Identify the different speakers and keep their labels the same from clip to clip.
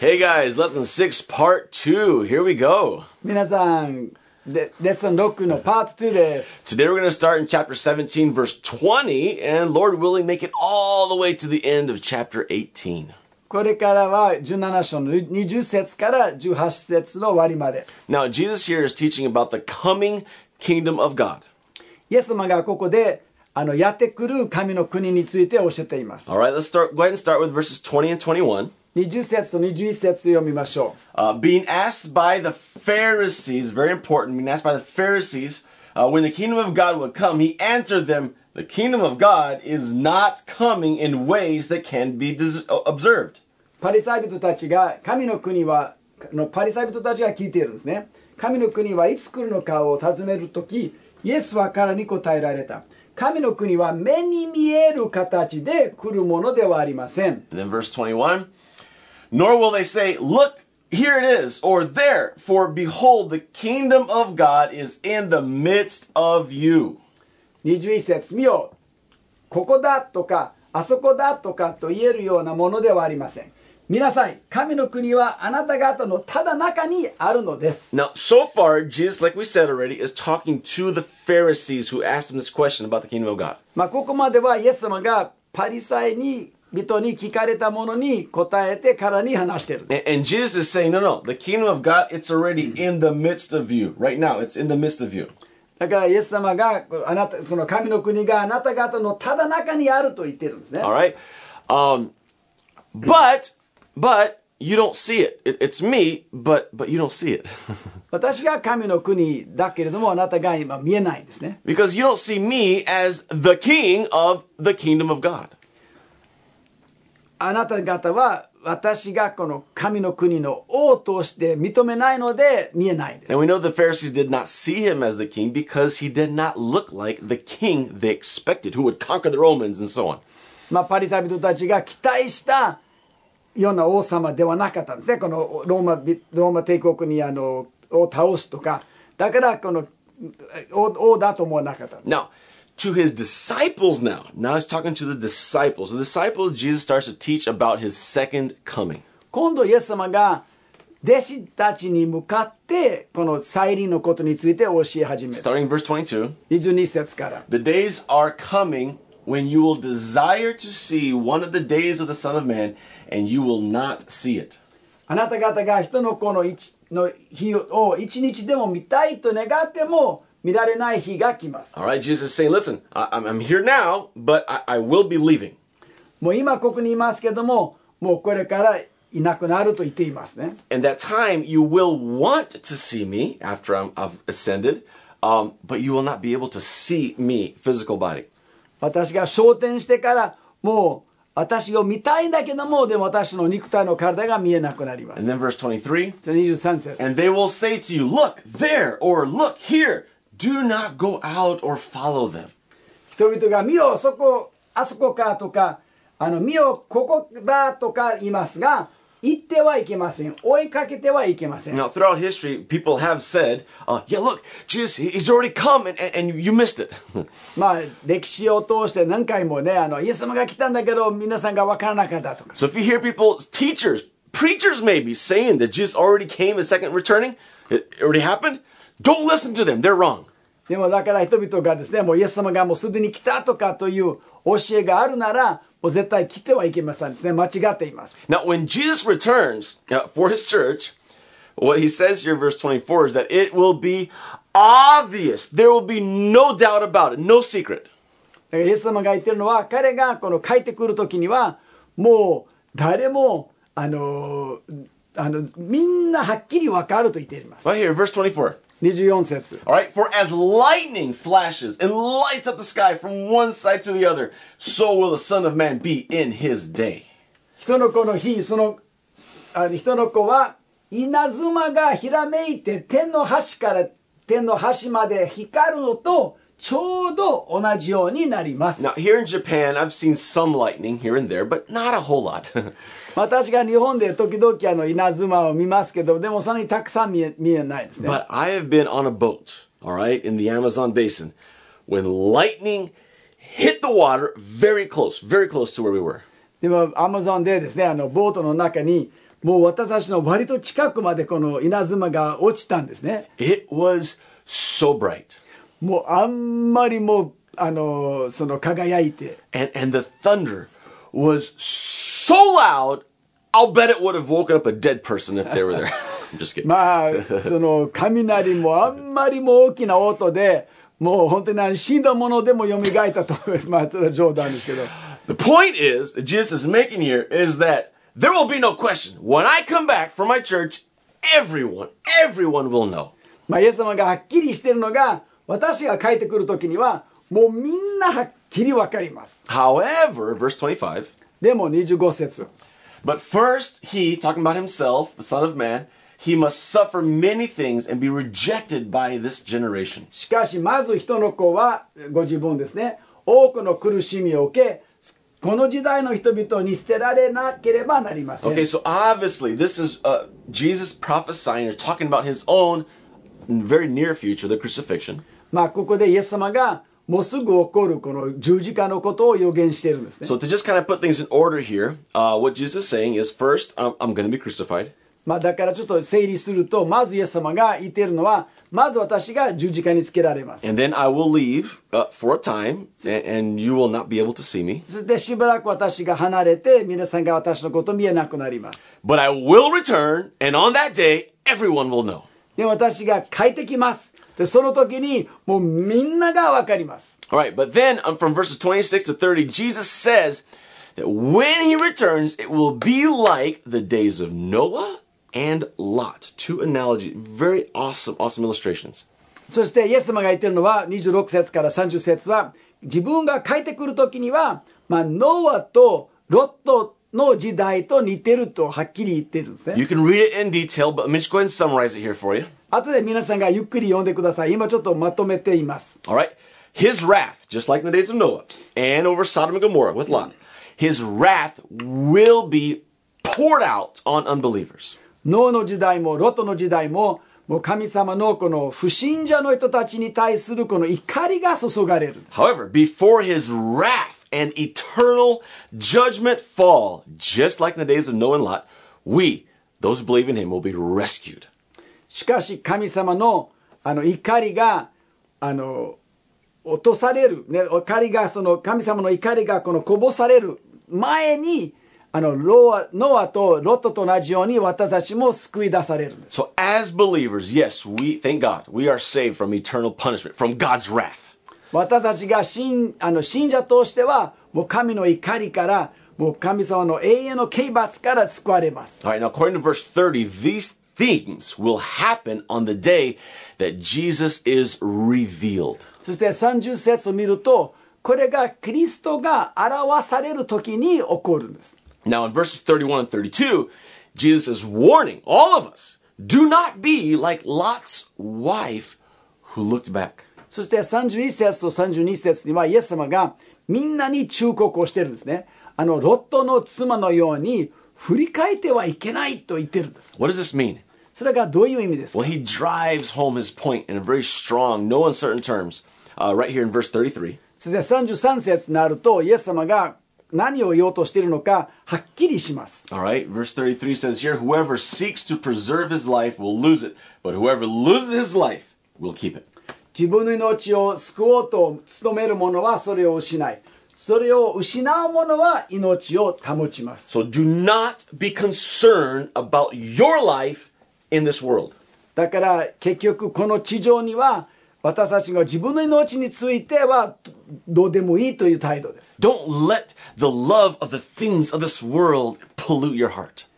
Speaker 1: Hey guys, lesson six, part two. Here we go.
Speaker 2: 皆さんレレッスン6のパート2です
Speaker 1: Today we're going to start in chapter 17, verse 20, and Lord willing, make it all the way to the end of chapter 18.
Speaker 2: これからは17章の20節から18節の終わりまで
Speaker 1: Now, Jesus here is teaching about the coming kingdom of God.
Speaker 2: イエス様がここであのやってくる神の国について教えています
Speaker 1: All right, let's start. Go ahead and start with verses 20 and 21.
Speaker 2: 20節と21節読みましょ
Speaker 1: Uh, being asked by the Pharisees, very important, being asked by the Pharisees, uh, when the kingdom of God would come, he answered them, The kingdom of God is not coming in ways that can be dis- observed.
Speaker 2: うパリサイ人たちが神の国はのパリサイ人たちが聞いているんですね神の国はいつ来るのかを尋ねるときイエスは彼に答えられた神の国は目に見える形で来るものではありません
Speaker 1: And then verse 21 Nor will they say, Look, here it is, or there, for behold, the kingdom of God is in the midst of you.
Speaker 2: 21節見よここだとかあそこだとかと言えるようなものではありません皆さん神の国はあなた方のただ中にあるのです
Speaker 1: Now, so far, Jesus, like we said already, is talking to the Pharisees who asked him this question about the kingdom of God.
Speaker 2: まあここまではイエス様がパリサイに人に聞かれたものに答えてからに話している
Speaker 1: And, and Jesus is saying, No, no, the kingdom of God, it's already in the midst of you. Right now, it's in the midst of you.
Speaker 2: だからイエス様があなたその神の国があなた方のただ中にあると言ってるんですね
Speaker 1: All right? Um, but, but, you don't see it. it. It's me, but but you don't see it.
Speaker 2: 私が神の国だけれどもあなたが今見えないんですね
Speaker 1: Because you don't see me as the king of the kingdom of God.
Speaker 2: あなた方は私がこの神の国の王として認めないので見えないです。
Speaker 1: And we know the Pharisees did not see him as the king because he did not look like the king they expected, who would conquer the Romans and so on.
Speaker 2: まあ、パリサイ人たちが期待したような王様ではなかったんですね。このローマびローマ帝国にあのを倒すとか。だからこの王王だと思わなかった。
Speaker 1: Now, to his disciples now, now he's talking to the disciples. The disciples, Jesus starts to teach about his second coming.
Speaker 2: 今度イエス様が弟子たちに向かってこの再臨のことについて教え始める。
Speaker 1: Starting in verse 22.
Speaker 2: 22節から。
Speaker 1: The days are coming when you will desire to see one of the days of the Son of Man, and you will not see it.
Speaker 2: あなた方が人の子の一の日を一日でも見たいと願っても見られない日が来ます
Speaker 1: All。right, Jesus is saying, listen, I, I'm, I'm here now, but I, I will be leaving.
Speaker 2: もう今ここにいますけども、もうこれからいなくなると言っていますね。
Speaker 1: And that time you will want to see me after I'm, I've ascended, um, but you will not be able to see me, physical body.
Speaker 2: 私が昇天してからもう私を見たいんだけども、でも私の肉体の体が見えなくなりま
Speaker 1: And
Speaker 2: す。
Speaker 1: then verse 23
Speaker 2: それ23節。
Speaker 1: And they will say to you, Look there, or look here. Do not go out or follow them.
Speaker 2: 人々が見よ、そこ、あそこかとか、あの見よ、ここだとか言いますが、行ってはいけません。追いかけてはいけません。
Speaker 1: Now, throughout history, people have said, uh, Yeah, look, Jesus, he- he's already come, and, and, and you missed it.
Speaker 2: まあ歴史を通して何回もねあのイエス様が来たんだけど皆さんが分からなかったとか
Speaker 1: so if you hear people, teachers, preachers maybe, saying that Jesus already came, his second returning, it already happened, don't listen to them. They're wrong.
Speaker 2: でもだから人々がですねもうイエス様がもうすでに来たとかという教えがあるならもう絶対来てはいけませんですね間違っています
Speaker 1: Now, when Jesus returns uh, for his church, what he says here, verse 24, is that it will be obvious. There will be no doubt about it, no secret.
Speaker 2: だからイエス様が言ってるのは彼がこの帰ってくる時にはもう誰もあのあのみんなはっきり分かると言っています
Speaker 1: Right here, verse 24.
Speaker 2: 24節
Speaker 1: All right, for as lightning flashes and lights up the sky from one side to the other, so will the Son of Man be in his day.
Speaker 2: 人の子の日そのあの人の子は稲妻がひらめいて天の端から天の端まで光るのとちょうど同じようになります
Speaker 1: Now, here in Japan, I've seen some lightning here and there, but not a whole lot.
Speaker 2: 私が日本で時々あの稲妻を見ますけどでもそんなにたくさん見え見えないですね
Speaker 1: but I have been on a boat, all right, in the Amazon basin when lightning hit the water very close, very close to where we were.
Speaker 2: でもアマゾンでですねあのボートの中にもう私たちの割と近くまでこの稲妻が落ちたんですね
Speaker 1: It was so bright.
Speaker 2: もうあんまりもうあのその輝いて
Speaker 1: And, and the thunder was so loud, I'll bet it would have woken up a dead person if they were there. I'm just kidding.
Speaker 2: まあその雷もあんまりも大きな音でもう本当にあの死んだものでも蘇ったとまあそれは冗談ですけ ど
Speaker 1: The point is that Jesus is making here is that there will be no question. When I come back from my church, everyone, everyone will know.
Speaker 2: まあ、イエス様がはっきりしてるのが私が帰ってくる時にはもうみんなはっきり分かります
Speaker 1: However, verse 25,
Speaker 2: でも25節
Speaker 1: but first he, talking about himself, the Son of Man, he must suffer many things and be rejected by this generation.
Speaker 2: しかしまず人の子はご自分ですね多くの苦しみを受けこの時代の人々に捨てられなければなりません、
Speaker 1: Okay, so obviously this is uh, Jesus prophesying or talking about his own very near future, the crucifixion.
Speaker 2: まあここでイエス様がもうすぐ起こるこの十字架のことを予言しているんですね
Speaker 1: So to just kind of put things in order here, uh, what Jesus is saying is first, I'm, I'm going to be crucified.
Speaker 2: まあだからちょっと整理するとまずイエス様が言っているのはまず私が十字架につけられます
Speaker 1: And then I will leave uh, for a time, and, and you will not be able to see me.
Speaker 2: そしてしばらく私が離れて皆さんが私のことを見えなくなります
Speaker 1: But I will return, and on that day, everyone will know.
Speaker 2: で私が帰ってきますでその時にもうみんなが分かります
Speaker 1: All right, but then um, from verses 26 to 30, Jesus says that when he returns, it will be like the days of Noah and Lot. Two analogy, very awesome, awesome illustrations.
Speaker 2: そしてイエス様が言ってるのは26節から30節は自分が帰ってくる時には、まあ、ノアとロットの時代と似てるとはっきり言ってるんですね
Speaker 1: You can read it in detail, but let me just go ahead and summarize it here for you.
Speaker 2: 後で皆さんがゆっくり読んでください今ちょっとまとめています
Speaker 1: All right. His wrath, just like in the days of Noah and over Sodom and Gomorrah with Lot, his wrath will be poured out on unbelievers.
Speaker 2: ノアの時代もロットの時代ももう神様のこの不信者の人たちに対するこの怒りが注がれる
Speaker 1: However, before his wrath and eternal judgment fall, just like in the days of Noah and Lot, we, those who believe in him, will be rescued.
Speaker 2: しかし神様のあの怒りがあの落とされる、ね、怒りがその神様の怒りがこのこぼされる前にあのロアノアとロットと同じように私たちも救い出されるんです
Speaker 1: So, as believers, yes, we, thank God, we are saved from eternal punishment, from God's wrath.
Speaker 2: 私たちが信あの信者としてはもう神の怒りからもう神様の永遠の刑罰から救われます
Speaker 1: All right, now, according to verse 30, these things will happen on the day that Jesus is revealed.
Speaker 2: そして30節を見るとこれがキリストが表される時に起こるんです
Speaker 1: Now, in verses 31 and 32, Jesus is warning all of us do not be like Lot's wife who looked back.
Speaker 2: そして31節と32節にはイエス様がみんなに忠告をしてるんですね。あの、ロットの妻のように振り返ってはいけないと言ってるんです。
Speaker 1: What does this mean?
Speaker 2: それがどういう意味ですか
Speaker 1: Well, he drives home his point in a very strong, no uncertain terms, uh, right here in verse 33.
Speaker 2: そして33節になるとイエス様が何を言おうとしているのかはっきりします。
Speaker 1: All right, verse 33 says here, whoever seeks to preserve his life will lose it, but whoever loses his life will keep it.
Speaker 2: 自分の命を救おうと努める者はそれを失い、それを失う者は命を保ちます。
Speaker 1: So do not be concerned about your life in this world.
Speaker 2: だから結局この地上には私たちが自分の命についてはどどうでもいいという態度です。
Speaker 1: Don't let the love of the things of this world pollute your heart.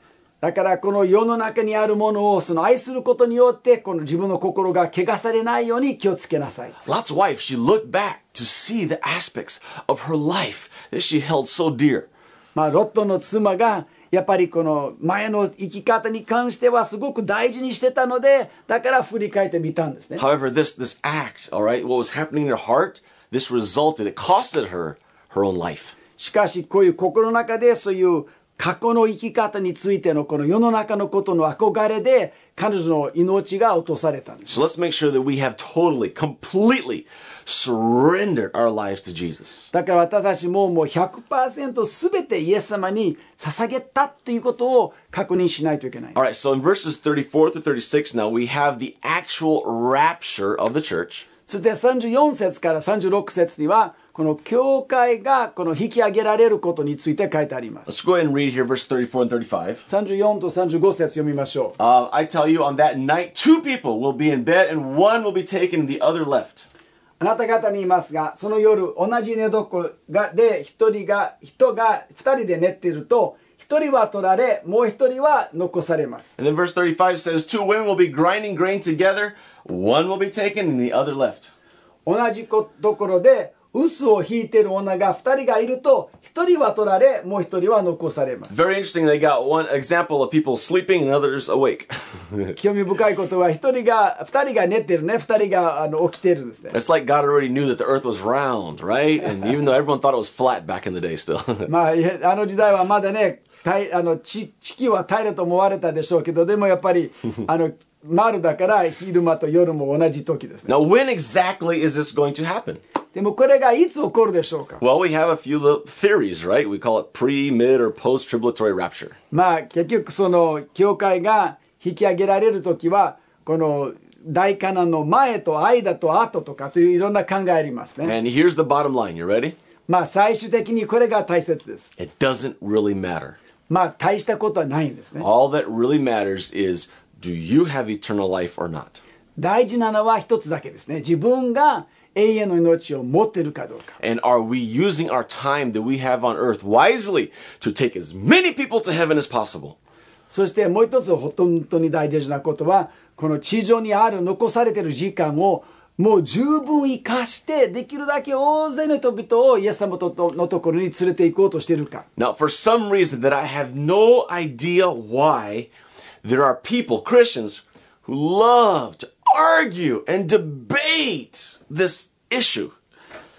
Speaker 2: だからこの世の中にあるものをその愛することによってこの自分の心が汚されないように気をつけなさい。
Speaker 1: Lot's wife, she looked back to see the aspects of her life that she held so dear.
Speaker 2: まあロットの妻がやっぱりこの前の生き方に関してはすごく大事にしてたのでだから振り返ってみたんですね。
Speaker 1: However, this this act, all right, what was happening in her heart, this resulted, it costed her her own life.
Speaker 2: しかしこういう心の中でそういう過去の生き方についてのこの世の中のことの憧れで彼女の命が落とされたんです。
Speaker 1: So let's make sure that we have totally, completely surrendered our lives to Jesus.
Speaker 2: だから私たちももう100%全てイエス様に捧げたということを確認しないといけない。
Speaker 1: All right, so in verses 34 to 36 now, we have the actual rapture of the church.
Speaker 2: そして34節から36節にはこの教会がこの引き上げられることについて書いてあります。
Speaker 1: Let's go ahead and read here verse 34 and 35.
Speaker 2: 34と35節読みましょう。
Speaker 1: Uh, I tell you, on that night, two people will be in bed, and one will be taken, and the other left.
Speaker 2: あなた方に言いますが、その夜、同じ寝床がで、一人が、人が、二人で寝ていると、一人は取られ、もう一人は残されます。
Speaker 1: And then verse 35 says, Two women will be grinding grain together, one will be taken, and the other left.
Speaker 2: 同じこところで、臼を引いている女が二人がいると、一人は取られ、もう一人は残されます。
Speaker 1: Very interesting, they got one example of people sleeping and others awake.
Speaker 2: 興味深いことは、一人が、二人が寝てるね、二人があの起きてるんですね。
Speaker 1: It's like God already knew that the earth was round, right? And even though everyone thought it was flat back in the day still.
Speaker 2: まあ、いえあの時代はまだね、たいあの地地球は平らと思われたでしょうけど、でもやっぱり、あの、 丸だから昼間と夜も同じ時ですね。
Speaker 1: now, when exactly is this going to happen?
Speaker 2: でもこれがいつ起こるでしょうか
Speaker 1: Well, we have a few little theories, right? We call it pre, mid, or post tribulatory rapture.
Speaker 2: まあ結局その教会が引き上げられる時はこの大観覧の前と間と後とかといういろんな考えありますね
Speaker 1: And here's the bottom line. You ready?
Speaker 2: まあ最終的にこれが大切です
Speaker 1: It doesn't really matter.
Speaker 2: まあ大したことはないんですね
Speaker 1: All that really matters is do you have eternal life or not?
Speaker 2: 大事なのは一つだけですね自分が永遠の命を持ってるかどうか
Speaker 1: And are we using our time that we have on earth wisely to take as many people to heaven as possible?
Speaker 2: そしてもう一つ本当に大事なことはこの地上にある残されてる時間をもう十分生かしてできるだけ大勢の人々をイエス様ととのところに連れて行こうとしているか
Speaker 1: Now, for some reason that I have no idea why, there are people, Christians, who love to argue and debate this issue.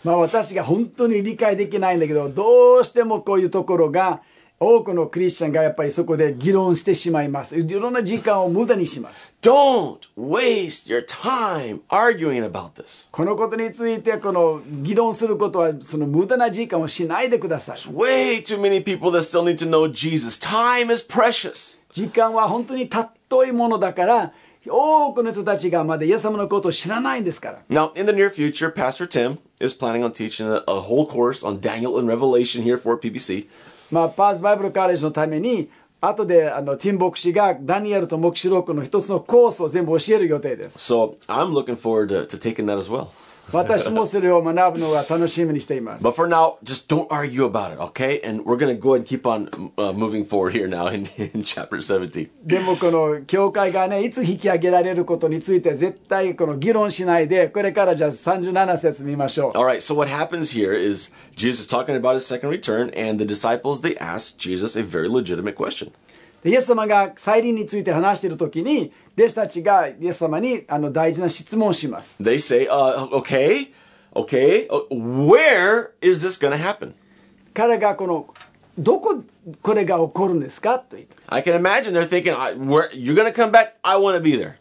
Speaker 2: まあ私が本当に理解できないんだけどどうしてもこういうところが多くのクリスチャンがやっぱりそこで議論してしまいますいろんな時間を無駄にします
Speaker 1: Don't waste your time arguing about this.
Speaker 2: このことについてこの議論することはその無駄な時間をしないでください
Speaker 1: Way too many people that still need to know Jesus. Time is precious.
Speaker 2: 時間は本当に尊いものだから多くの人たちがまだイエス様のことを知らないんですから
Speaker 1: Now, in the near future, Pastor Tim is planning on teaching a, a whole course on Daniel and Revelation here for PBC.
Speaker 2: まあパーズバイブルカレッジのために後であのティン牧師がダニエルと黙示録の一つのコースを全部教える予定です
Speaker 1: So I'm looking forward to, to taking that as well.
Speaker 2: 私もそれを学ぶのが楽しみにしています
Speaker 1: But for now, just don't argue about it, okay? And we're going to go ahead and keep on uh, moving forward here now in, in chapter 17.
Speaker 2: でもこの教会がねいつ引き上げられることについて絶対この議論しないでこれからじゃあ37節見ましょう
Speaker 1: All right, so what happens here is Jesus is talking about his second return, and the disciples, they ask Jesus a very legitimate question.
Speaker 2: でイエス様が再臨について話している時に弟子たちがイエス様にあの大事な質問をします
Speaker 1: They say, uh, okay, okay, uh, where is this going to happen?
Speaker 2: 彼がこのどここれが起こるんですかと言った、
Speaker 1: I can imagine they're thinking, I, where, you're going to come back, I want to be there.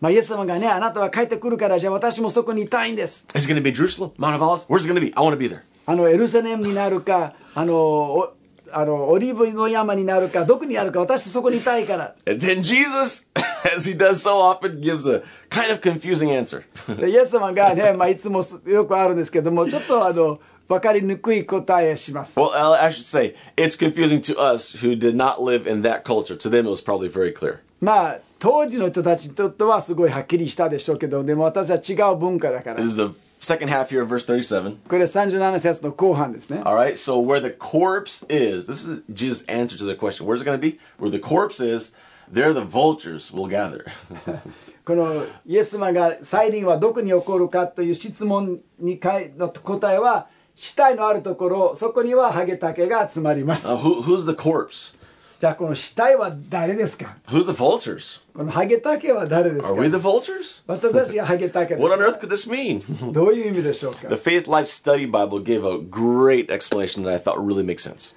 Speaker 2: まあ、イエス様がねあなたは帰ってくるからじゃあ私もそこにいたいんです
Speaker 1: Is it going to be Jerusalem, Mount of Olives? Where's it going to be? I want to be there.
Speaker 2: あのエルサレムになるかあのおあのオリーブの山になるかどこにあるか私そこにいたいから
Speaker 1: And then Jesus, as he does so often, gives a kind of confusing answer.
Speaker 2: でイエス様がね、まあ、いつもすよくあるんですけどもちょっとあの分かりにくい答えします
Speaker 1: Well, I'll- I should say it's confusing to us who did not live in that culture. To them, it was probably very clear.
Speaker 2: まあ当時の人たちにとってはすごいはっきりしたでしょうけどでも私は違う文化だから
Speaker 1: This is the second half here of verse 37.
Speaker 2: これ37節の後半ですね
Speaker 1: All right, so where the corpse is, this is Jesus' answer to the question. Where's it going to be? Where the corpse is, there the vultures will gather.
Speaker 2: このイエス様が再臨はどこに起こるかという質問にかいの答えは死体のあるところそこにはハゲタケが集まります
Speaker 1: Uh, who, who's the corpse?
Speaker 2: じゃあこの死体は誰ですか
Speaker 1: Who's the vultures?
Speaker 2: このハゲタケは誰です
Speaker 1: Are we
Speaker 2: か
Speaker 1: the vultures?
Speaker 2: 私たちがハゲタケで
Speaker 1: What on earth could this mean?
Speaker 2: どういう意味でしょうか
Speaker 1: the Faith Life Study Bible gave a great explanation that I thought really makes sense.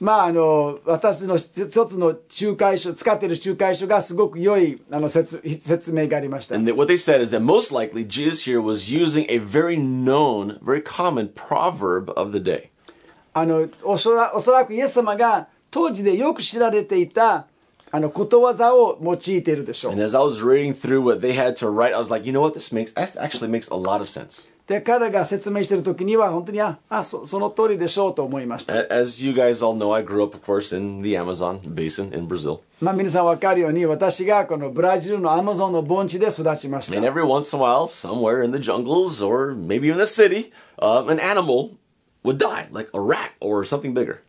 Speaker 2: まああの私の一つの仲介書使っている仲介書がすごく良いあの説説明がありました。
Speaker 1: And that what they said is that most likely Jesus here was using a very known, very common proverb of the day.
Speaker 2: あのおそらおそらくイエス様が当時でよく知られていたあのことわざを用いているでしょ
Speaker 1: And
Speaker 2: う。
Speaker 1: as I was reading through what they had to write, I was like, you know what, this makes this actually makes a lot of sense.
Speaker 2: で彼が説明している時には本当にああそその通りでしょうと思いました。
Speaker 1: A- As you guys all know, I grew up, of course, in the Amazon basin in Brazil.
Speaker 2: まあ皆さんわかるように私がこのブラジルのアマゾンの盆地で育ちまし
Speaker 1: And
Speaker 2: た。
Speaker 1: every once in a while, somewhere in the jungles or maybe in the city, um, an animal would die, like a rat or something bigger.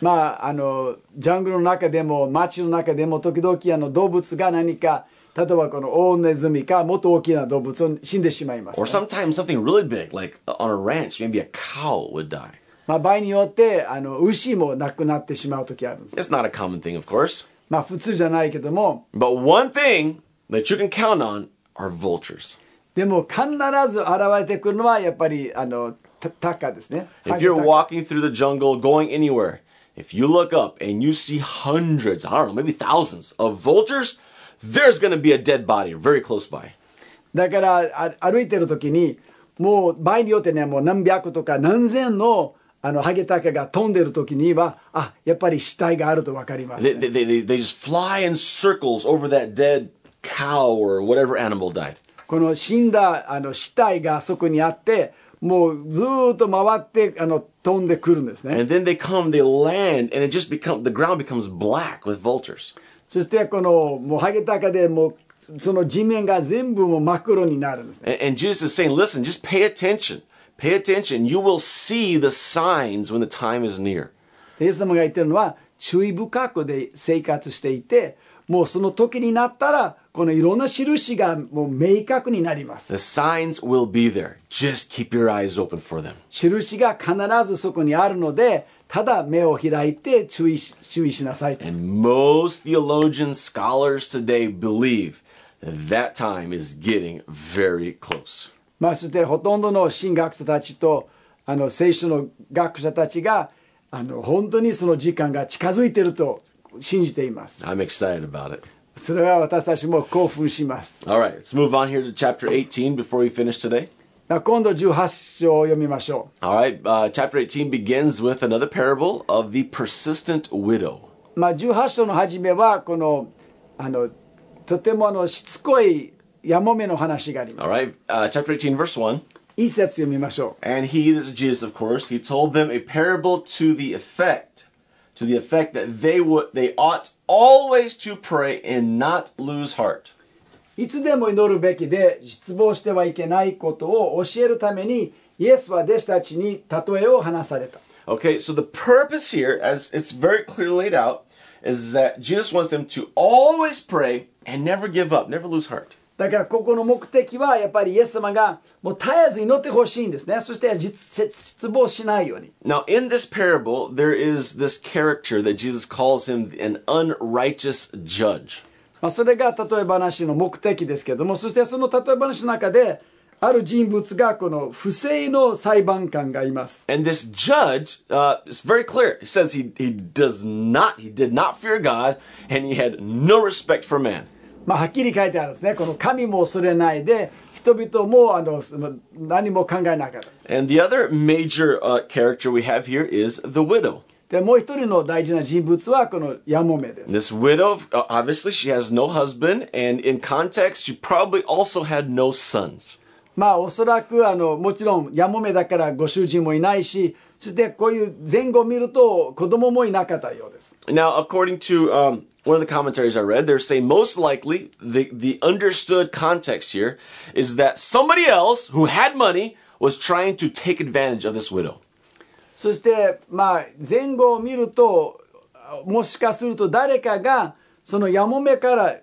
Speaker 2: まああのジャングルの中でも街の中でも時々あの動物が何か例えばこのオオネズミかもっと大きな動物を死んでしまいます
Speaker 1: Or、sometimes something really big, like on a ranch, maybe a cow would die.
Speaker 2: まあ、場合によってあの牛も亡くなってしまう時あるんです。
Speaker 1: It's not a common thing, of course.
Speaker 2: まあ普通じゃないけども
Speaker 1: But one thing that you can count on are vultures.
Speaker 2: でも必ず現れてくるのはやっぱりあのタタカですね。
Speaker 1: If you're
Speaker 2: タカ
Speaker 1: walking through the jungle, going anywhere, if you look up and you see hundreds, I don't know, maybe thousands of vultures, there's going to be a dead body very close by.
Speaker 2: だからあ歩いてる時にもう場合によってねもう何百とか何千のあのハゲタカが飛んでる時にはあやっぱり死体があると分かります、
Speaker 1: They, they, they, they just fly in circles over that dead cow or whatever animal died.
Speaker 2: この死んだあの死体がそこにあってもうずーっと回ってあの飛んでくるんですね
Speaker 1: And then they come, they land, and it just becomes, the ground becomes black with vultures.
Speaker 2: そしてこのもうハゲタカでもうその地面が全部もう真っ黒になるんですね
Speaker 1: And, and Jesus is saying, listen, just pay attention. Pay attention. You will see the signs when the time is near.
Speaker 2: イエス様が言ってるのは注意深くで生活していてもうその時になったらこのいろんな印がもう明確になります
Speaker 1: The signs will be there. Just keep your eyes open for them.
Speaker 2: 印が必ずそこにあるのでただ目を開いて注意し注意しなさい
Speaker 1: And most theologians, scholars today believe that, that time is getting very close.
Speaker 2: まあ、そしてほとんどの神学者たちとあの聖書の学者たちがあの本当にその時間が近づいていると信じています
Speaker 1: I'm excited about it.
Speaker 2: それは私たちも興奮します
Speaker 1: All right, let's move on here to chapter 18 before we finish today.
Speaker 2: まあ今度18章を読みましょ
Speaker 1: All right, uh, chapter 18 begins with another parable of the persistent widow.
Speaker 2: う、まあ、18章の初めはこのあのとてもあのしつこいやもめの話がありま
Speaker 1: All
Speaker 2: す
Speaker 1: right, uh, chapter 18, verse 1.
Speaker 2: 一節読みましょう
Speaker 1: And he, this is Jesus, of course, he told them a parable to the effect, to the effect that they would, they ought always to pray and not lose heart.
Speaker 2: いつでも祈るべきで失望してはいけないことを教えるためにイエスは弟子たちに例えを話された
Speaker 1: Okay, so the purpose here, as it's very clearly laid out, is that Jesus wants them to always pray and never give up, never lose heart.
Speaker 2: だからここの目的はやっぱりイエス様がもう絶えず祈ってほしいんですねそして実失望しないように
Speaker 1: Now, in this parable, there is this character that Jesus calls him an unrighteous judge.
Speaker 2: まあ、それが例え話の目的ですけどもそしてその例え話の中である人物がこの不正の裁判官がいます
Speaker 1: And this judge uh, is very clear. He says he, he does not, he did not fear God, and he had no respect for man.
Speaker 2: まあはっきり書いてあるんですねこの神も恐れないで人々もあのその何も考えなかったです
Speaker 1: And the other major uh, character we have here is the widow.
Speaker 2: でもう一人の大事な人物はこのヤモメです
Speaker 1: This widow, uh, obviously, she has no husband, and in context, she probably also had no sons.
Speaker 2: まあおそらくあのもちろんヤモメだからご主人もいないしそしてこういう前後を見ると子供もいなかったようです
Speaker 1: Now, according to um, one of the commentaries I read, they're saying most likely the, the understood context here is that somebody else who had money was trying to take advantage of this widow.
Speaker 2: そしてまあ前後を見るともしかすると誰かがそのヤモメから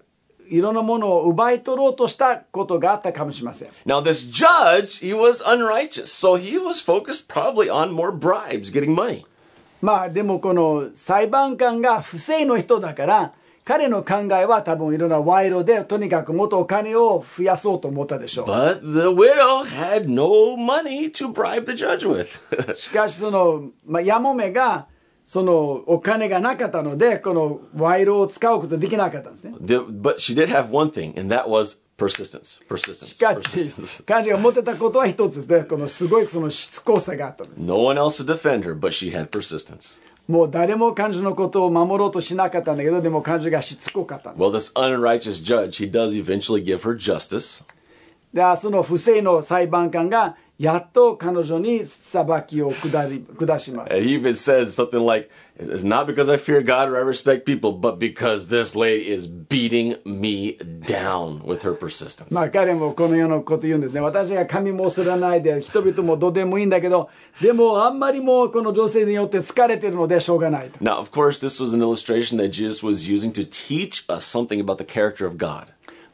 Speaker 2: いろんなものを奪い取ろうとしたことがあったかもしれません
Speaker 1: Now, this judge, he was unrighteous, so he was focused probably on more bribes, getting money.
Speaker 2: まあでもこの裁判官が不正の人だから彼の考えは多分いろんな賄賂でとにかくもっとお金を増やそうと思ったでしょう
Speaker 1: But the widow had no money to bribe the judge with.
Speaker 2: しかしその、まあ、ヤモメがそのお金がなかったのでこの賄賂を使うことできなかったんですね
Speaker 1: The- but she did have one thing, and that was persistence. Persistence.
Speaker 2: しか
Speaker 1: Persistence.
Speaker 2: し彼女が持ってたことは一つですねこのすごいそのしつこさがあったんです
Speaker 1: No one else to defend her, but she had persistence.
Speaker 2: もう誰も彼女のことを守ろうとしなかったんだけどでも彼女がしつこかったんです
Speaker 1: Well, this unrighteous judge, he does eventually give her justice.
Speaker 2: でその不正の裁判官がやっと彼女に裁きを下り下します
Speaker 1: And he even says something like, It's not because I fear God or I respect people, but because this lady is beating me down with her persistence.
Speaker 2: まあ彼もこのようなこと言うんですね。私が髪も恐れないで、人々もどうでもいいんだけど、でもあんまりもうこの女性によって疲れてるのでしょうがないと。
Speaker 1: Now, of course, this was an illustration that Jesus was using to teach us something about the character of God.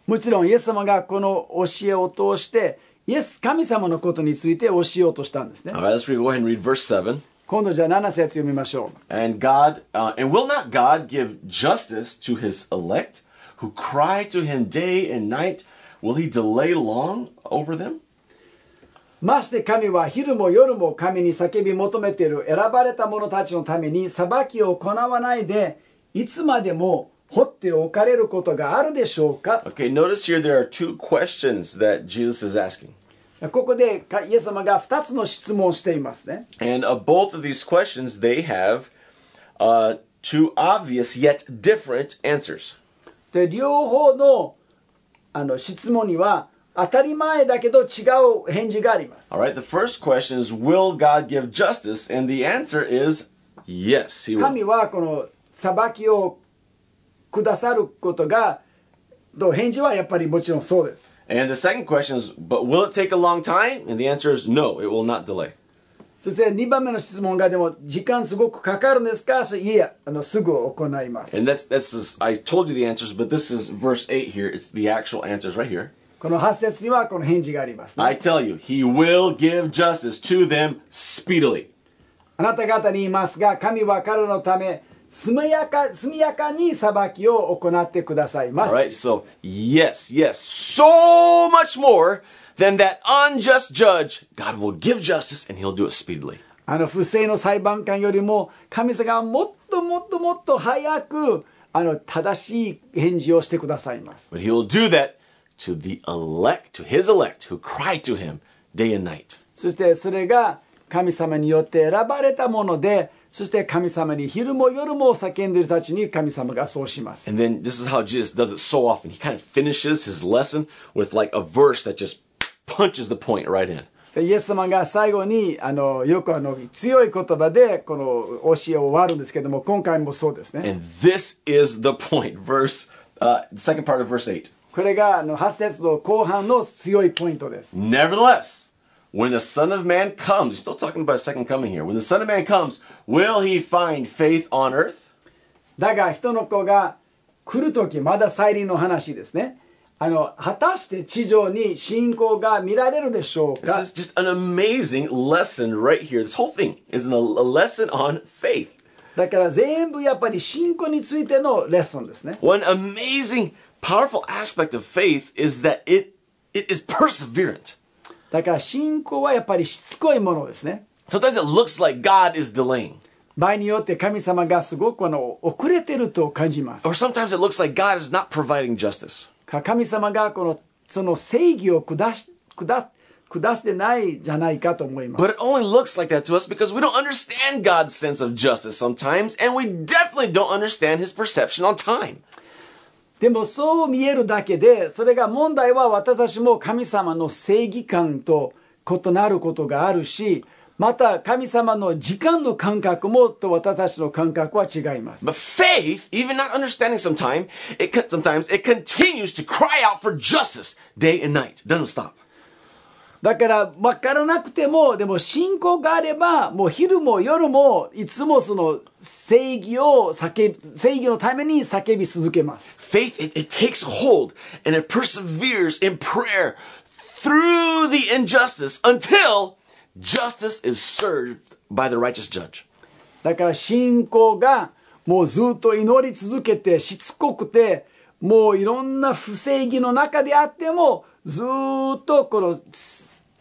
Speaker 2: もちろんイエス様がこの教えを通して、イエス神様のことについて教えようとしたんですね
Speaker 1: All。right, let's read, go ahead and read verse 7.
Speaker 2: 今度じゃあ7節読みましょう。
Speaker 1: And God, uh, and will not God give justice to his elect who cry to him day and night? Will he delay long over them?
Speaker 2: まして神は昼も夜も神に叫び求めている選ばれた者たちのために裁きを行わないで、いつまでも掘っておかれることがあるでしょうか
Speaker 1: Okay, notice here there are two questions that Jesus is asking.
Speaker 2: ここでかイエス様が2つの質問をしていますね。
Speaker 1: And of both of these questions, they have uh, two obvious yet different answers.
Speaker 2: で両方のあの質問には当たり前だけど違う返事があります
Speaker 1: All right, the first question is Will God give justice? And the answer is yes, he
Speaker 2: 神
Speaker 1: will.
Speaker 2: はこの裁きをくださることがと返事はやっぱりもちろんそうです
Speaker 1: And the second question is But will it take a long time? And the answer is no, it will not delay.
Speaker 2: そして2番目の質問がでも時間すごくかかるんですかそういえあのすぐ行います
Speaker 1: And that's that's just, I told you the answers, but this is verse eight here. It's the actual answers right here.
Speaker 2: この8節にはこの返事があります、
Speaker 1: I tell you, he will give justice to them speedily.
Speaker 2: あなた方に言いますが神は彼らのため速やか速やかに裁きを行ってくださいます
Speaker 1: All right. So yes, yes, so much more than that unjust judge. God will give justice, and He'll do it speedily.
Speaker 2: あの不正の裁判官よりも神様がもっともっともっと早くあの正しい返事をしてくださいます。
Speaker 1: But He will do that to the elect, to His elect, who cry to Him day and night.
Speaker 2: そしてそれが神様によって選ばれたもので、そして神様に昼も夜も叫んでいる人たちに神様がそうします。
Speaker 1: And then this is how Jesus does it so often. He kind of finishes his lesson with like a verse that just punches the point right in.
Speaker 2: でイエス様が最後にあのよくあの強い言葉でこの教えを終わるんですけども、今回もそうですね。
Speaker 1: And this is the point. Verse, uh, the second part of verse 8.
Speaker 2: これがあの8節の後半の強いポイントです。
Speaker 1: Nevertheless, when the Son of Man comes, he's still talking about a second coming here. When the Son of Man comes, will he find faith on earth?
Speaker 2: だが人の子が来る時まだ再臨の話ですねあの果たして地上に信仰が見られるでしょう
Speaker 1: This
Speaker 2: か
Speaker 1: is just an amazing lesson right here. This whole thing is an, a lesson on faith.
Speaker 2: だから全部やっぱり信仰についてのレッスンですね
Speaker 1: One amazing, powerful aspect of faith is that it it is perseverant.
Speaker 2: だから信仰はやっぱりしつこいものですね
Speaker 1: Sometimes it looks like God is delaying,
Speaker 2: 場合によって神様がすごくあの遅れてると感じます
Speaker 1: or sometimes it looks like God is not providing justice.
Speaker 2: か神様がこのその正義を下し下下してないじゃないかと思います
Speaker 1: But it only looks like that to us because we don't understand God's sense of justice sometimes, and we definitely don't understand his perception on time.
Speaker 2: でもそう見えるだけでそれが問題は私たちも神様の正義感と異なることがあるしまた神様の時間の感覚もと私たちの感覚は違います
Speaker 1: But faith, even not understanding sometime, it con- sometimes it continues to cry out for justice day and night. It doesn't stop.
Speaker 2: だから分からなくてもでも信仰があればもう昼も夜もいつもその正義を叫び正義のために叫び続けます
Speaker 1: Faith, it, it takes hold and it perseveres in prayer through the injustice until justice is served by the righteous judge.
Speaker 2: だから信仰がもうずっと祈り続けてしつこくてもういろんな不正義の中であってもずっとこの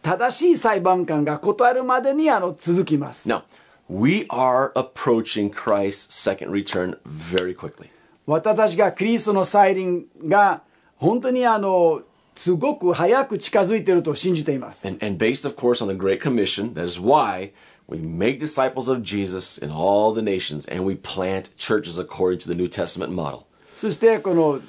Speaker 2: 正しい裁判官が断るまでにあの続きます。
Speaker 1: Now, we are approaching Christ's second return very quickly.
Speaker 2: 私たちがクリストの再臨が本当にあのすごく早く近づいていると信じています
Speaker 1: And, and based, of course, on the Great Commission, that is why we make disciples of Jesus in all the nations and we plant churches according to the New Testament model.
Speaker 2: そしてこの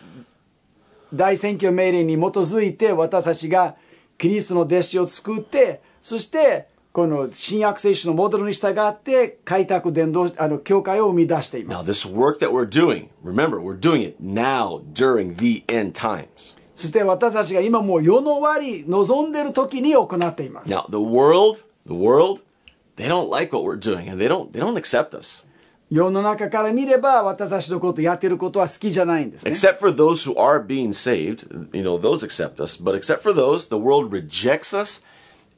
Speaker 2: 大宣教命令に基づいて私たちがキリストの弟子を作ってそしてこの新約聖書のモデルに従って開拓伝道あの教会を生み出していま
Speaker 1: Now,
Speaker 2: す
Speaker 1: this work that we're doing, remember, we're doing it now during the end times.
Speaker 2: そして私たちが今もう世の終わり望んでいる時に行っています
Speaker 1: Now, the world, the world, they don't like what we're doing and they don't, they don't accept us.
Speaker 2: 世の中から見れば私たちのことやってることは好きじゃないんですね
Speaker 1: Except for those who are being saved, you know, those accept us. But except for those, the world rejects us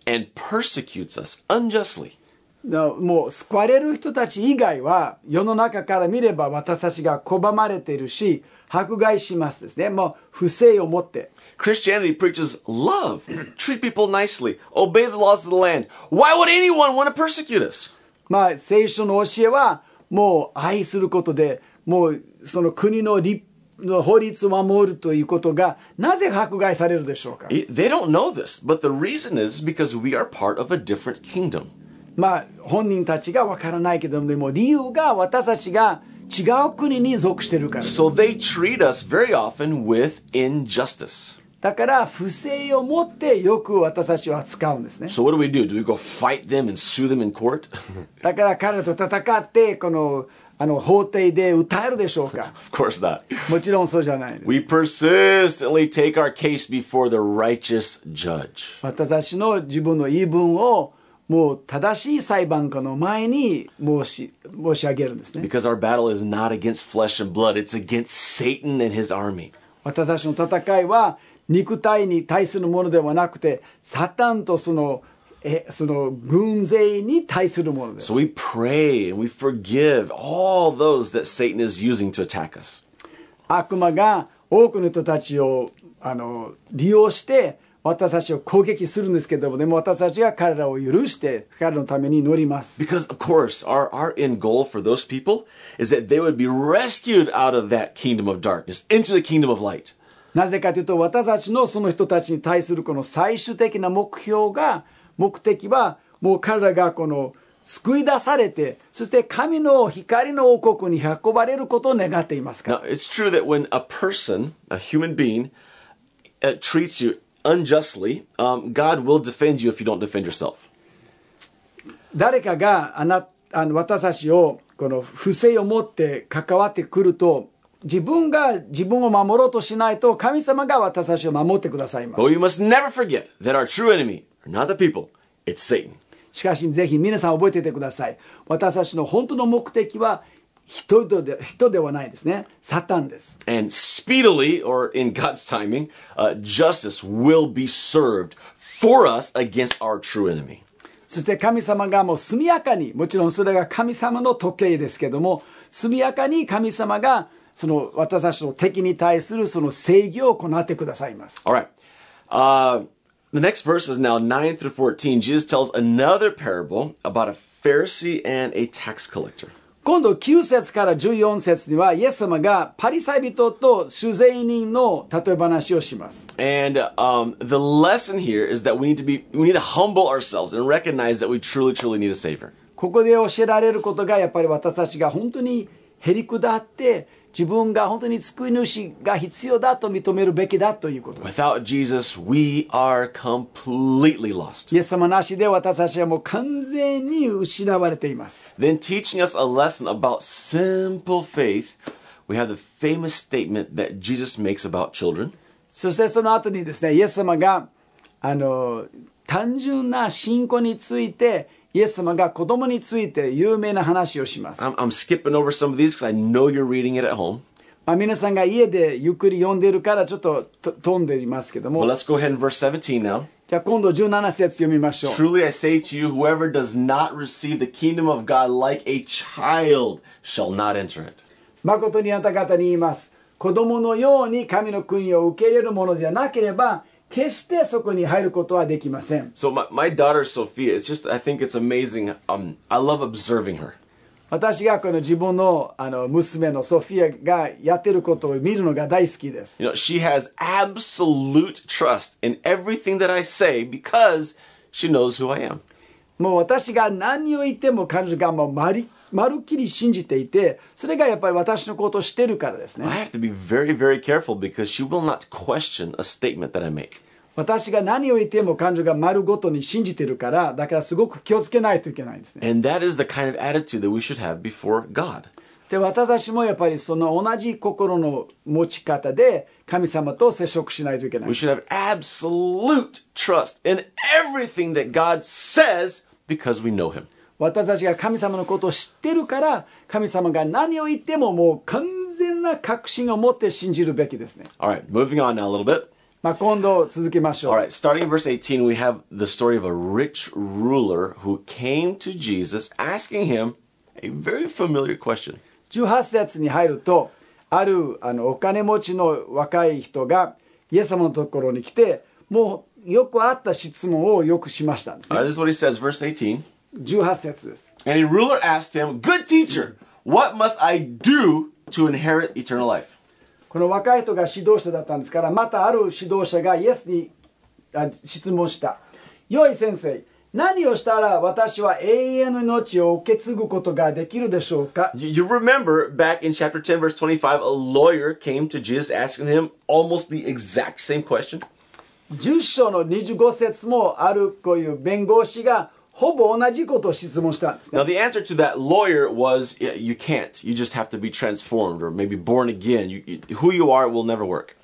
Speaker 1: and persecutes us unjustly.
Speaker 2: だもう救われる人たち以外は世の中から見れば私たちが拒まれているし迫害しますですねもう不正を持って
Speaker 1: Christianity preaches love, treat people nicely, obey the laws of the land. Why would anyone want to persecute us?
Speaker 2: まあ聖書の教えはもう愛することでもうその国の立の法律を守るということがなぜ迫害されるでしょうか
Speaker 1: It- They don't know this, but the reason is because we are part of a different kingdom.
Speaker 2: まあ本人たちがわからないけどでも理由が私たちが違う国に属してるから
Speaker 1: So they treat us very often with injustice.
Speaker 2: だから不正を持ってよく私たちは扱うんですね
Speaker 1: So what do we do? Do we go fight them and sue them in court?
Speaker 2: だから彼と戦ってこのあの法廷で訴えるでしょうか
Speaker 1: of course not.
Speaker 2: もちろんそうじゃないです
Speaker 1: We persistently take our case before the righteous judge.
Speaker 2: 私たちの自分の言い分をもう正しい裁判官の前に申し申し上げるんですね
Speaker 1: Because our battle is not against flesh and blood, it's against Satan and his army.
Speaker 2: 私たちの戦いは肉体に対するものではなくてサタンとそのえその軍勢に対するものです
Speaker 1: So we pray and we forgive all those that Satan is using to attack us.
Speaker 2: 悪魔が多くの人たちをあの利用して私たちを攻撃するんですけどもでも私たちが彼らを許して彼らのために乗ります
Speaker 1: Because, of course, our, our end goal for those people is that they would be rescued out of that kingdom of darkness into the kingdom of light.
Speaker 2: なぜかというと私たちのその人たちに対するこの最終的な目標が目的はもう彼らがこの救い出されてそして神の光の王国に運ばれることを願っていますから
Speaker 1: Now, it's true that when a person, a human being, uh, treats you unjustly, um, God will defend you if you don't defend yourself.
Speaker 2: 誰かがあなあの私たちをこの不正を持って関わってくると自分が自分を守ろうとしないと神様が私たちを守ってくださいます
Speaker 1: But we must never forget that our true enemy are not the people, it's Satan.
Speaker 2: しかしぜひ皆さん覚えていてください私たちの本当の目的は人々で人ではないですねサタンです
Speaker 1: And speedily, or in God's timing, uh, justice will be served for us against our true enemy.
Speaker 2: そして神様がもう速やかにもちろんそれが神様の時計ですけども速やかに神様がその私たちの敵に対するその正義を行ってくださいます
Speaker 1: All right. Uh, the next verse is now 9 through 14. Jesus tells another parable about a Pharisee and a tax collector.
Speaker 2: 今度9節から14節にはイエス様がパリサイ人と主税人の例え話をします。
Speaker 1: And um, the lesson here is that we need to be we need to humble ourselves and recognize that we truly truly need a savior.
Speaker 2: ここで教えられることがやっぱり私たちが本当にへりくだって自分が本当に救い主が必要だと認めるべきだということです。
Speaker 1: Without Jesus, we are completely lost.
Speaker 2: イエス様なしで私たちはもう完全に失われています。
Speaker 1: Then teaching us a lesson about simple faith, we have the famous statement that Jesus makes about children.
Speaker 2: そしてその後にですね、イエス様が、あの、単純な信仰について、イエス様が子供について有名な話をします。
Speaker 1: I'm, I'm skipping over some of these because I know you're reading it at home.
Speaker 2: まあ、皆さんが家でゆっくり読んでいるからちょっとと飛んでいますけど
Speaker 1: Well,
Speaker 2: も
Speaker 1: let's go ahead in verse 17 now.
Speaker 2: じゃあ今度17節読みましょう
Speaker 1: Truly I say to you, whoever does not receive the kingdom of God like a child shall not enter it.
Speaker 2: 誠にあなた方に言います子供のように神の国を受け入れるものじゃなければ決してそこに入ることはできません
Speaker 1: So my, my daughter Sophia, it's just I think it's amazing. Um, I love observing her.
Speaker 2: 私がこの自分のあの娘のソフィアがやってることを見るのが大好きです
Speaker 1: You know, she has absolute trust in everything that I say because she knows who I am.
Speaker 2: もう私が何を言っても彼女がもうまりまるっきり信じていてそれがやっぱり私のことをしてるからですね
Speaker 1: I have to be very, very careful because she will not question a statement that I make.
Speaker 2: 私が何を言っても彼女が丸ごとに信じてるからだからすごく気をつけないといけないんですね
Speaker 1: And that is the kind of attitude that we should have before God.
Speaker 2: で私たちもやっぱりその同じ心の持ち方で神様と接触しないといけない
Speaker 1: We should have absolute trust in everything that God says because we know Him.
Speaker 2: 私たちが神様のことを知ってるから神様が何を言ってももう完全な確信を持って信じるべきですね、
Speaker 1: All right, moving on now a little bit.
Speaker 2: まあ、今度続けましょう、
Speaker 1: All right, starting in verse 18, we have the story of a rich ruler who came to Jesus asking him a very familiar question.
Speaker 2: 18節に入るとあるあのお金持ちの若い人がイエス様のところに来てもうよくあった質問をよくしましたんです、
Speaker 1: All
Speaker 2: ね、
Speaker 1: right, this is what he says, verse 18.
Speaker 2: 18節です、
Speaker 1: And a ruler asked him, Good teacher, what must I do to inherit eternal life?
Speaker 2: この若い人が指導者だったんですからまたある指導者がイエスにあ質問した「良い先生何をしたら私は永遠の命を受け継ぐことができるでしょうか?」
Speaker 1: You- You remember back in chapter 10, verse 25, a lawyer came to Jesus asking him almost the exact same question.
Speaker 2: 10章の25節もあるこういう弁護士がほぼ同じことを質問したんですね
Speaker 1: Now, the answer to that lawyer was, "Yeah, You can't. You just have to be transformed or maybe born again. You, you, who you are will never work.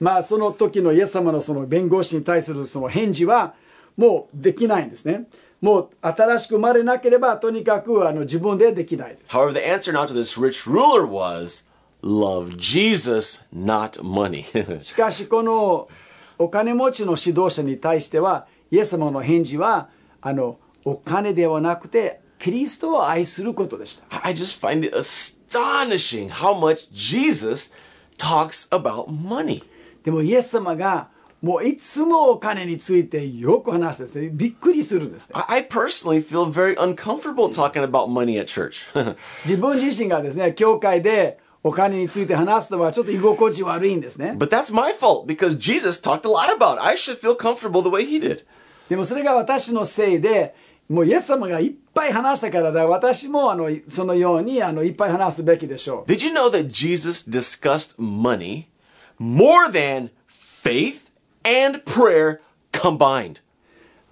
Speaker 2: まあその時のイエス様のその弁護士に対するその返事はもうできないんですねもう新しく生まれなければとにかくあの自分でできないです
Speaker 1: However, the answer now to this rich ruler was love Jesus, not money.
Speaker 2: しかしこのお金持ちの指導者に対してはイエス様の返事はあのお金ではなくてキリストを愛することでした
Speaker 1: I just find it astonishing how much Jesus talks about money.
Speaker 2: でもイエス様がもういつもお金についてよく話してですねびっくりするんですね
Speaker 1: I, I personally feel very uncomfortable talking about money at church.
Speaker 2: 自分自身がですね教会でお金について話すのはちょっと居心地悪いんですね
Speaker 1: but that's my fault because Jesus talked a lot about it. I should feel comfortable the way he did.
Speaker 2: でもそれが私のせいでもうイエス様がいっぱい話したからだ私もあのそのようにあのいっぱい話すべきでしょう
Speaker 1: Did you know that Jesus discussed money more than faith and prayer combined?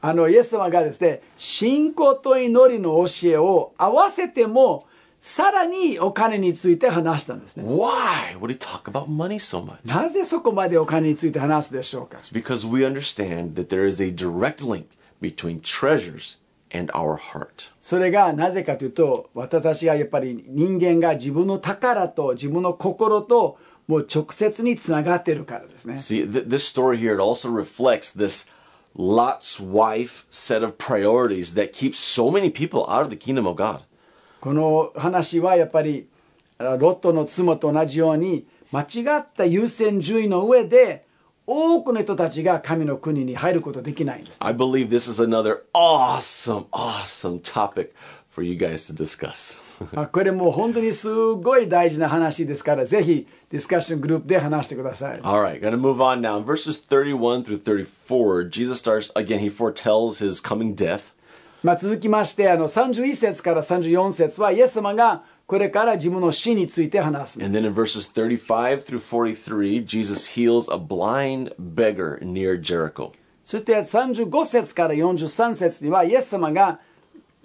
Speaker 2: あのイエス様がですね信仰と祈りの教えを合わせてもさらにお金について話したんですね
Speaker 1: Why would he talk about money so much?
Speaker 2: なぜそこまでお金について話すでしょうか
Speaker 1: It's because we understand that there is a direct link between treasures and our heart.
Speaker 2: それがなぜかというと私たちがやっぱり人間が自分の宝と自分の心ともう直接につながっているからですね
Speaker 1: See, th- this story here, it also reflects this Lot's wife set of priorities that keeps so many people out of the kingdom of God.
Speaker 2: この話はやっぱりあのロットの妻と同じように間違った優先順位の上で多くの人たちが神の国に入ることできない んです
Speaker 1: I believe this is another awesome, awesome topic for you guys to discuss.
Speaker 2: あこれもう本当にすごい大事な話ですからぜひディスカッショングループで話してください
Speaker 1: All right, gonna move on now. In verses 31 through 34, Jesus starts again, he foretells his coming death.
Speaker 2: まあ、続きましてあの31節から34節はイエス様がこれから自分の死について話すんです
Speaker 1: And then in verses 35 through 43, Jesus heals a blind beggar near Jericho.
Speaker 2: そして35節から43節にはイエス様が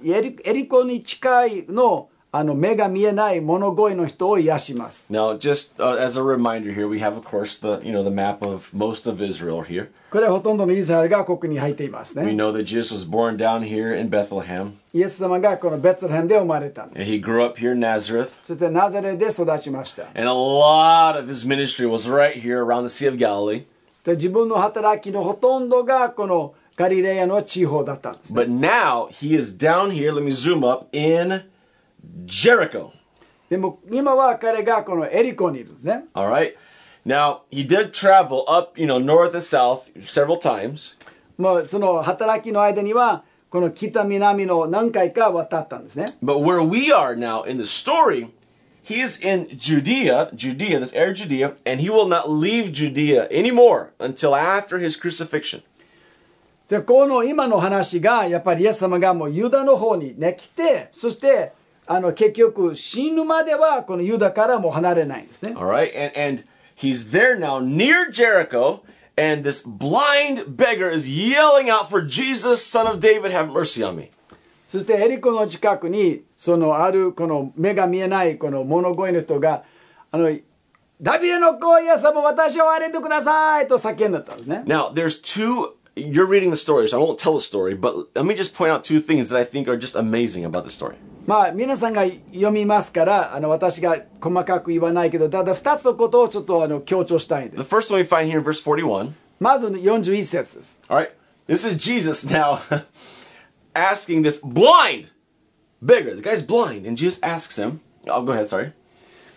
Speaker 2: エリエリコに近いのあの目が見えない物乞いの人を癒します。
Speaker 1: Now, just uh, as a reminder here, we have, of course, the you know the map of most of Israel here.
Speaker 2: これはほとんどのイスラエルがここに入っています
Speaker 1: We
Speaker 2: ね。
Speaker 1: know that Jesus was born down here in Bethlehem,
Speaker 2: イエス様がこのベツレヘムで生まれたんです。
Speaker 1: and he grew up here in Nazareth.
Speaker 2: そしてナザレで育ちました。
Speaker 1: And a lot of his ministry was right here around the Sea of Galilee.
Speaker 2: で自分の働きのほとんどがこのガリレアの地方だったんです。
Speaker 1: But now he is down here. Let me zoom up in Jericho.
Speaker 2: でも今は彼がこのエリコにいるんですね。
Speaker 1: All right. Now, he did travel up, you know, north and south several times.
Speaker 2: まあ、その働きの間にはこの北南の何回か渡ったんですね
Speaker 1: But where we are now in the story, he's in Judea, Judea, this area of Judea, and he will not leave Judea anymore until after his crucifixion.
Speaker 2: じゃあこの今の話がやっぱりイエス様がもうユダの方にね来てそしてあの結局死ぬまではこのユダからもう離れないんですね
Speaker 1: All right, and and he's there now near Jericho, and this blind beggar is yelling out for Jesus, son of David, have mercy on me.
Speaker 2: そしてエリコの近くにそのあるこの目が見えないこの物乞いの人が「あのダビデの子イエス様私を憐れんでください」と叫んだったんですね
Speaker 1: Now, there's two. You're reading the story, so I won't tell the story, but let me just point out two things that I think are just amazing about the story.
Speaker 2: まあ皆さんが読みますからあの私が細かく言わないけどただ2つのことをちょっとあの強調したいんで
Speaker 1: The
Speaker 2: す
Speaker 1: first one we find here in verse 41.
Speaker 2: まず41節です
Speaker 1: All right, this is Jesus now asking this blind beggar. The guy's blind, and Jesus asks him. I'll go ahead. Sorry.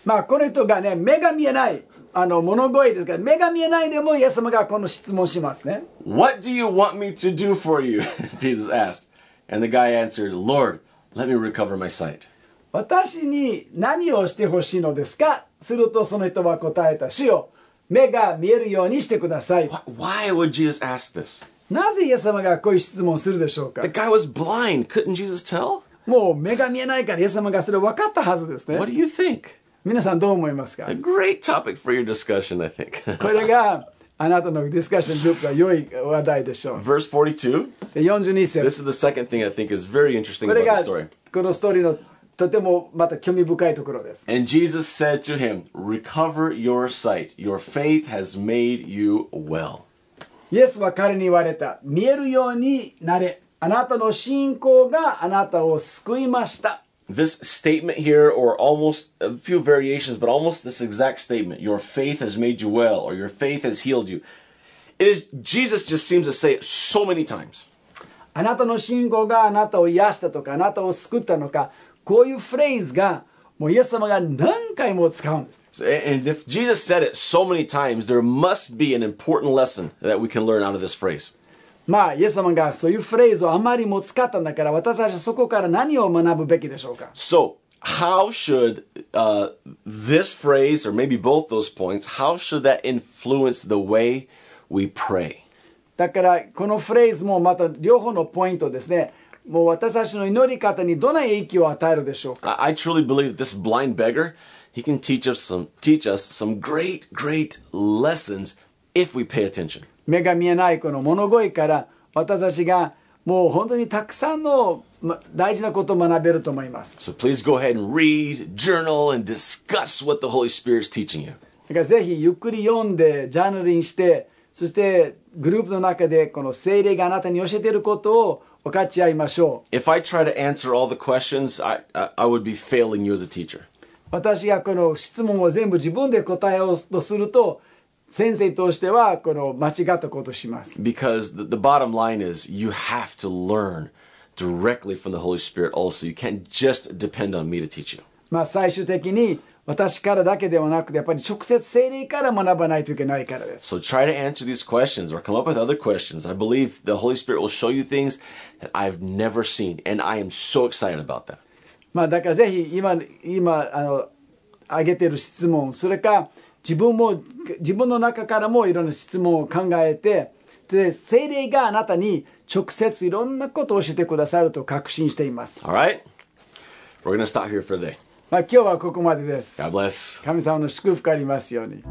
Speaker 2: まあこの人がね目が見えないあの物乞いですから目が見えないでもイエス様がこの質問しますね
Speaker 1: What do you want me to do for you? Jesus asked. And the guy answered, Lord, let me recover my sight.
Speaker 2: 私に何をしてほしいのですかするとその人は答えた主よ目が見えるようにしてください
Speaker 1: Why- Why would Jesus ask this?
Speaker 2: なぜイエス様がこういう質問をするでしょうか
Speaker 1: The guy was blind. Couldn't Jesus tell?
Speaker 2: もう目が見えないからイエス様がそれ分かったはずですね
Speaker 1: What do you think?
Speaker 2: 皆さんどう思いますか
Speaker 1: A great topic for your discussion, I think.
Speaker 2: これがあなたのディスカッショングループが良い話題でしょう
Speaker 1: Verse 42.
Speaker 2: で42節
Speaker 1: This is the second thing I think is very interesting
Speaker 2: これ
Speaker 1: about
Speaker 2: が
Speaker 1: the story.
Speaker 2: このストーリーのとてもまた興味深いところです
Speaker 1: And Jesus said to him, Recover your sight. Your faith has made you well.
Speaker 2: イエスは彼に言われた見えるようになれあなたの信仰があなたを救いました
Speaker 1: This statement here, or almost a few variations, but almost this exact statement Your faith has made you well, or Your faith has healed you. It is, Jesus just seems to say it so many times.
Speaker 2: あなたの信仰があなたを癒したとかあなたを救ったのかこういうフレーズがもうイエス様が何回も使うんです
Speaker 1: So- And if Jesus said it so many times, there must be an important lesson that we can learn out of this phrase.
Speaker 2: まあイエス様がそういうフレーズをあまりも使ったんだから私たちはそこから何を学ぶべきでしょうか
Speaker 1: So, how should uh, this phrase, or maybe both those points, how should that influence the way we pray?
Speaker 2: だからこのフレーズもまた両方のポイントですねもう私たちの祈り方にどんな影響を与えるでしょうか
Speaker 1: I, I truly believe that this blind beggar, he can teach us some teach us some great, great lessons if we pay attention.
Speaker 2: 目が見えないこの物乞いから私たちがもう本当にたくさんのま大事なことを学べると思います
Speaker 1: So please go ahead and read, journal, and discuss what the Holy Spirit's teaching you.
Speaker 2: だからぜひゆっくり読んでジャーナリングしてそしてグループの中でこの精霊があなたに教えていることを分かち合いましょう
Speaker 1: If I try to answer all the questions, I, I, I would be failing you as a teacher.
Speaker 2: 私がこの質問を全部自分で答えようとすると先生としてはこの間違ったことをします
Speaker 1: Because the, the bottom line is you have to learn directly from the Holy Spirit also. You can't just depend on me to teach you.
Speaker 2: まあ最終的に私からだけではなくてやっぱり直接精霊から学ばないといけないからです
Speaker 1: So try to answer these questions or come up with other questions. I believe the Holy Spirit will show you things that I've never seen, and I am so excited about that.
Speaker 2: まあだからぜひ今今あの挙げてる質問それか自分も自分の中からもいろんな質問を考えてで精霊があなたに直接いろんなことを教えてくださると確信しています、
Speaker 1: All right? We're going to stop here for today.
Speaker 2: まあ、今日はここまでです
Speaker 1: God bless.
Speaker 2: 神様の祝福ありますように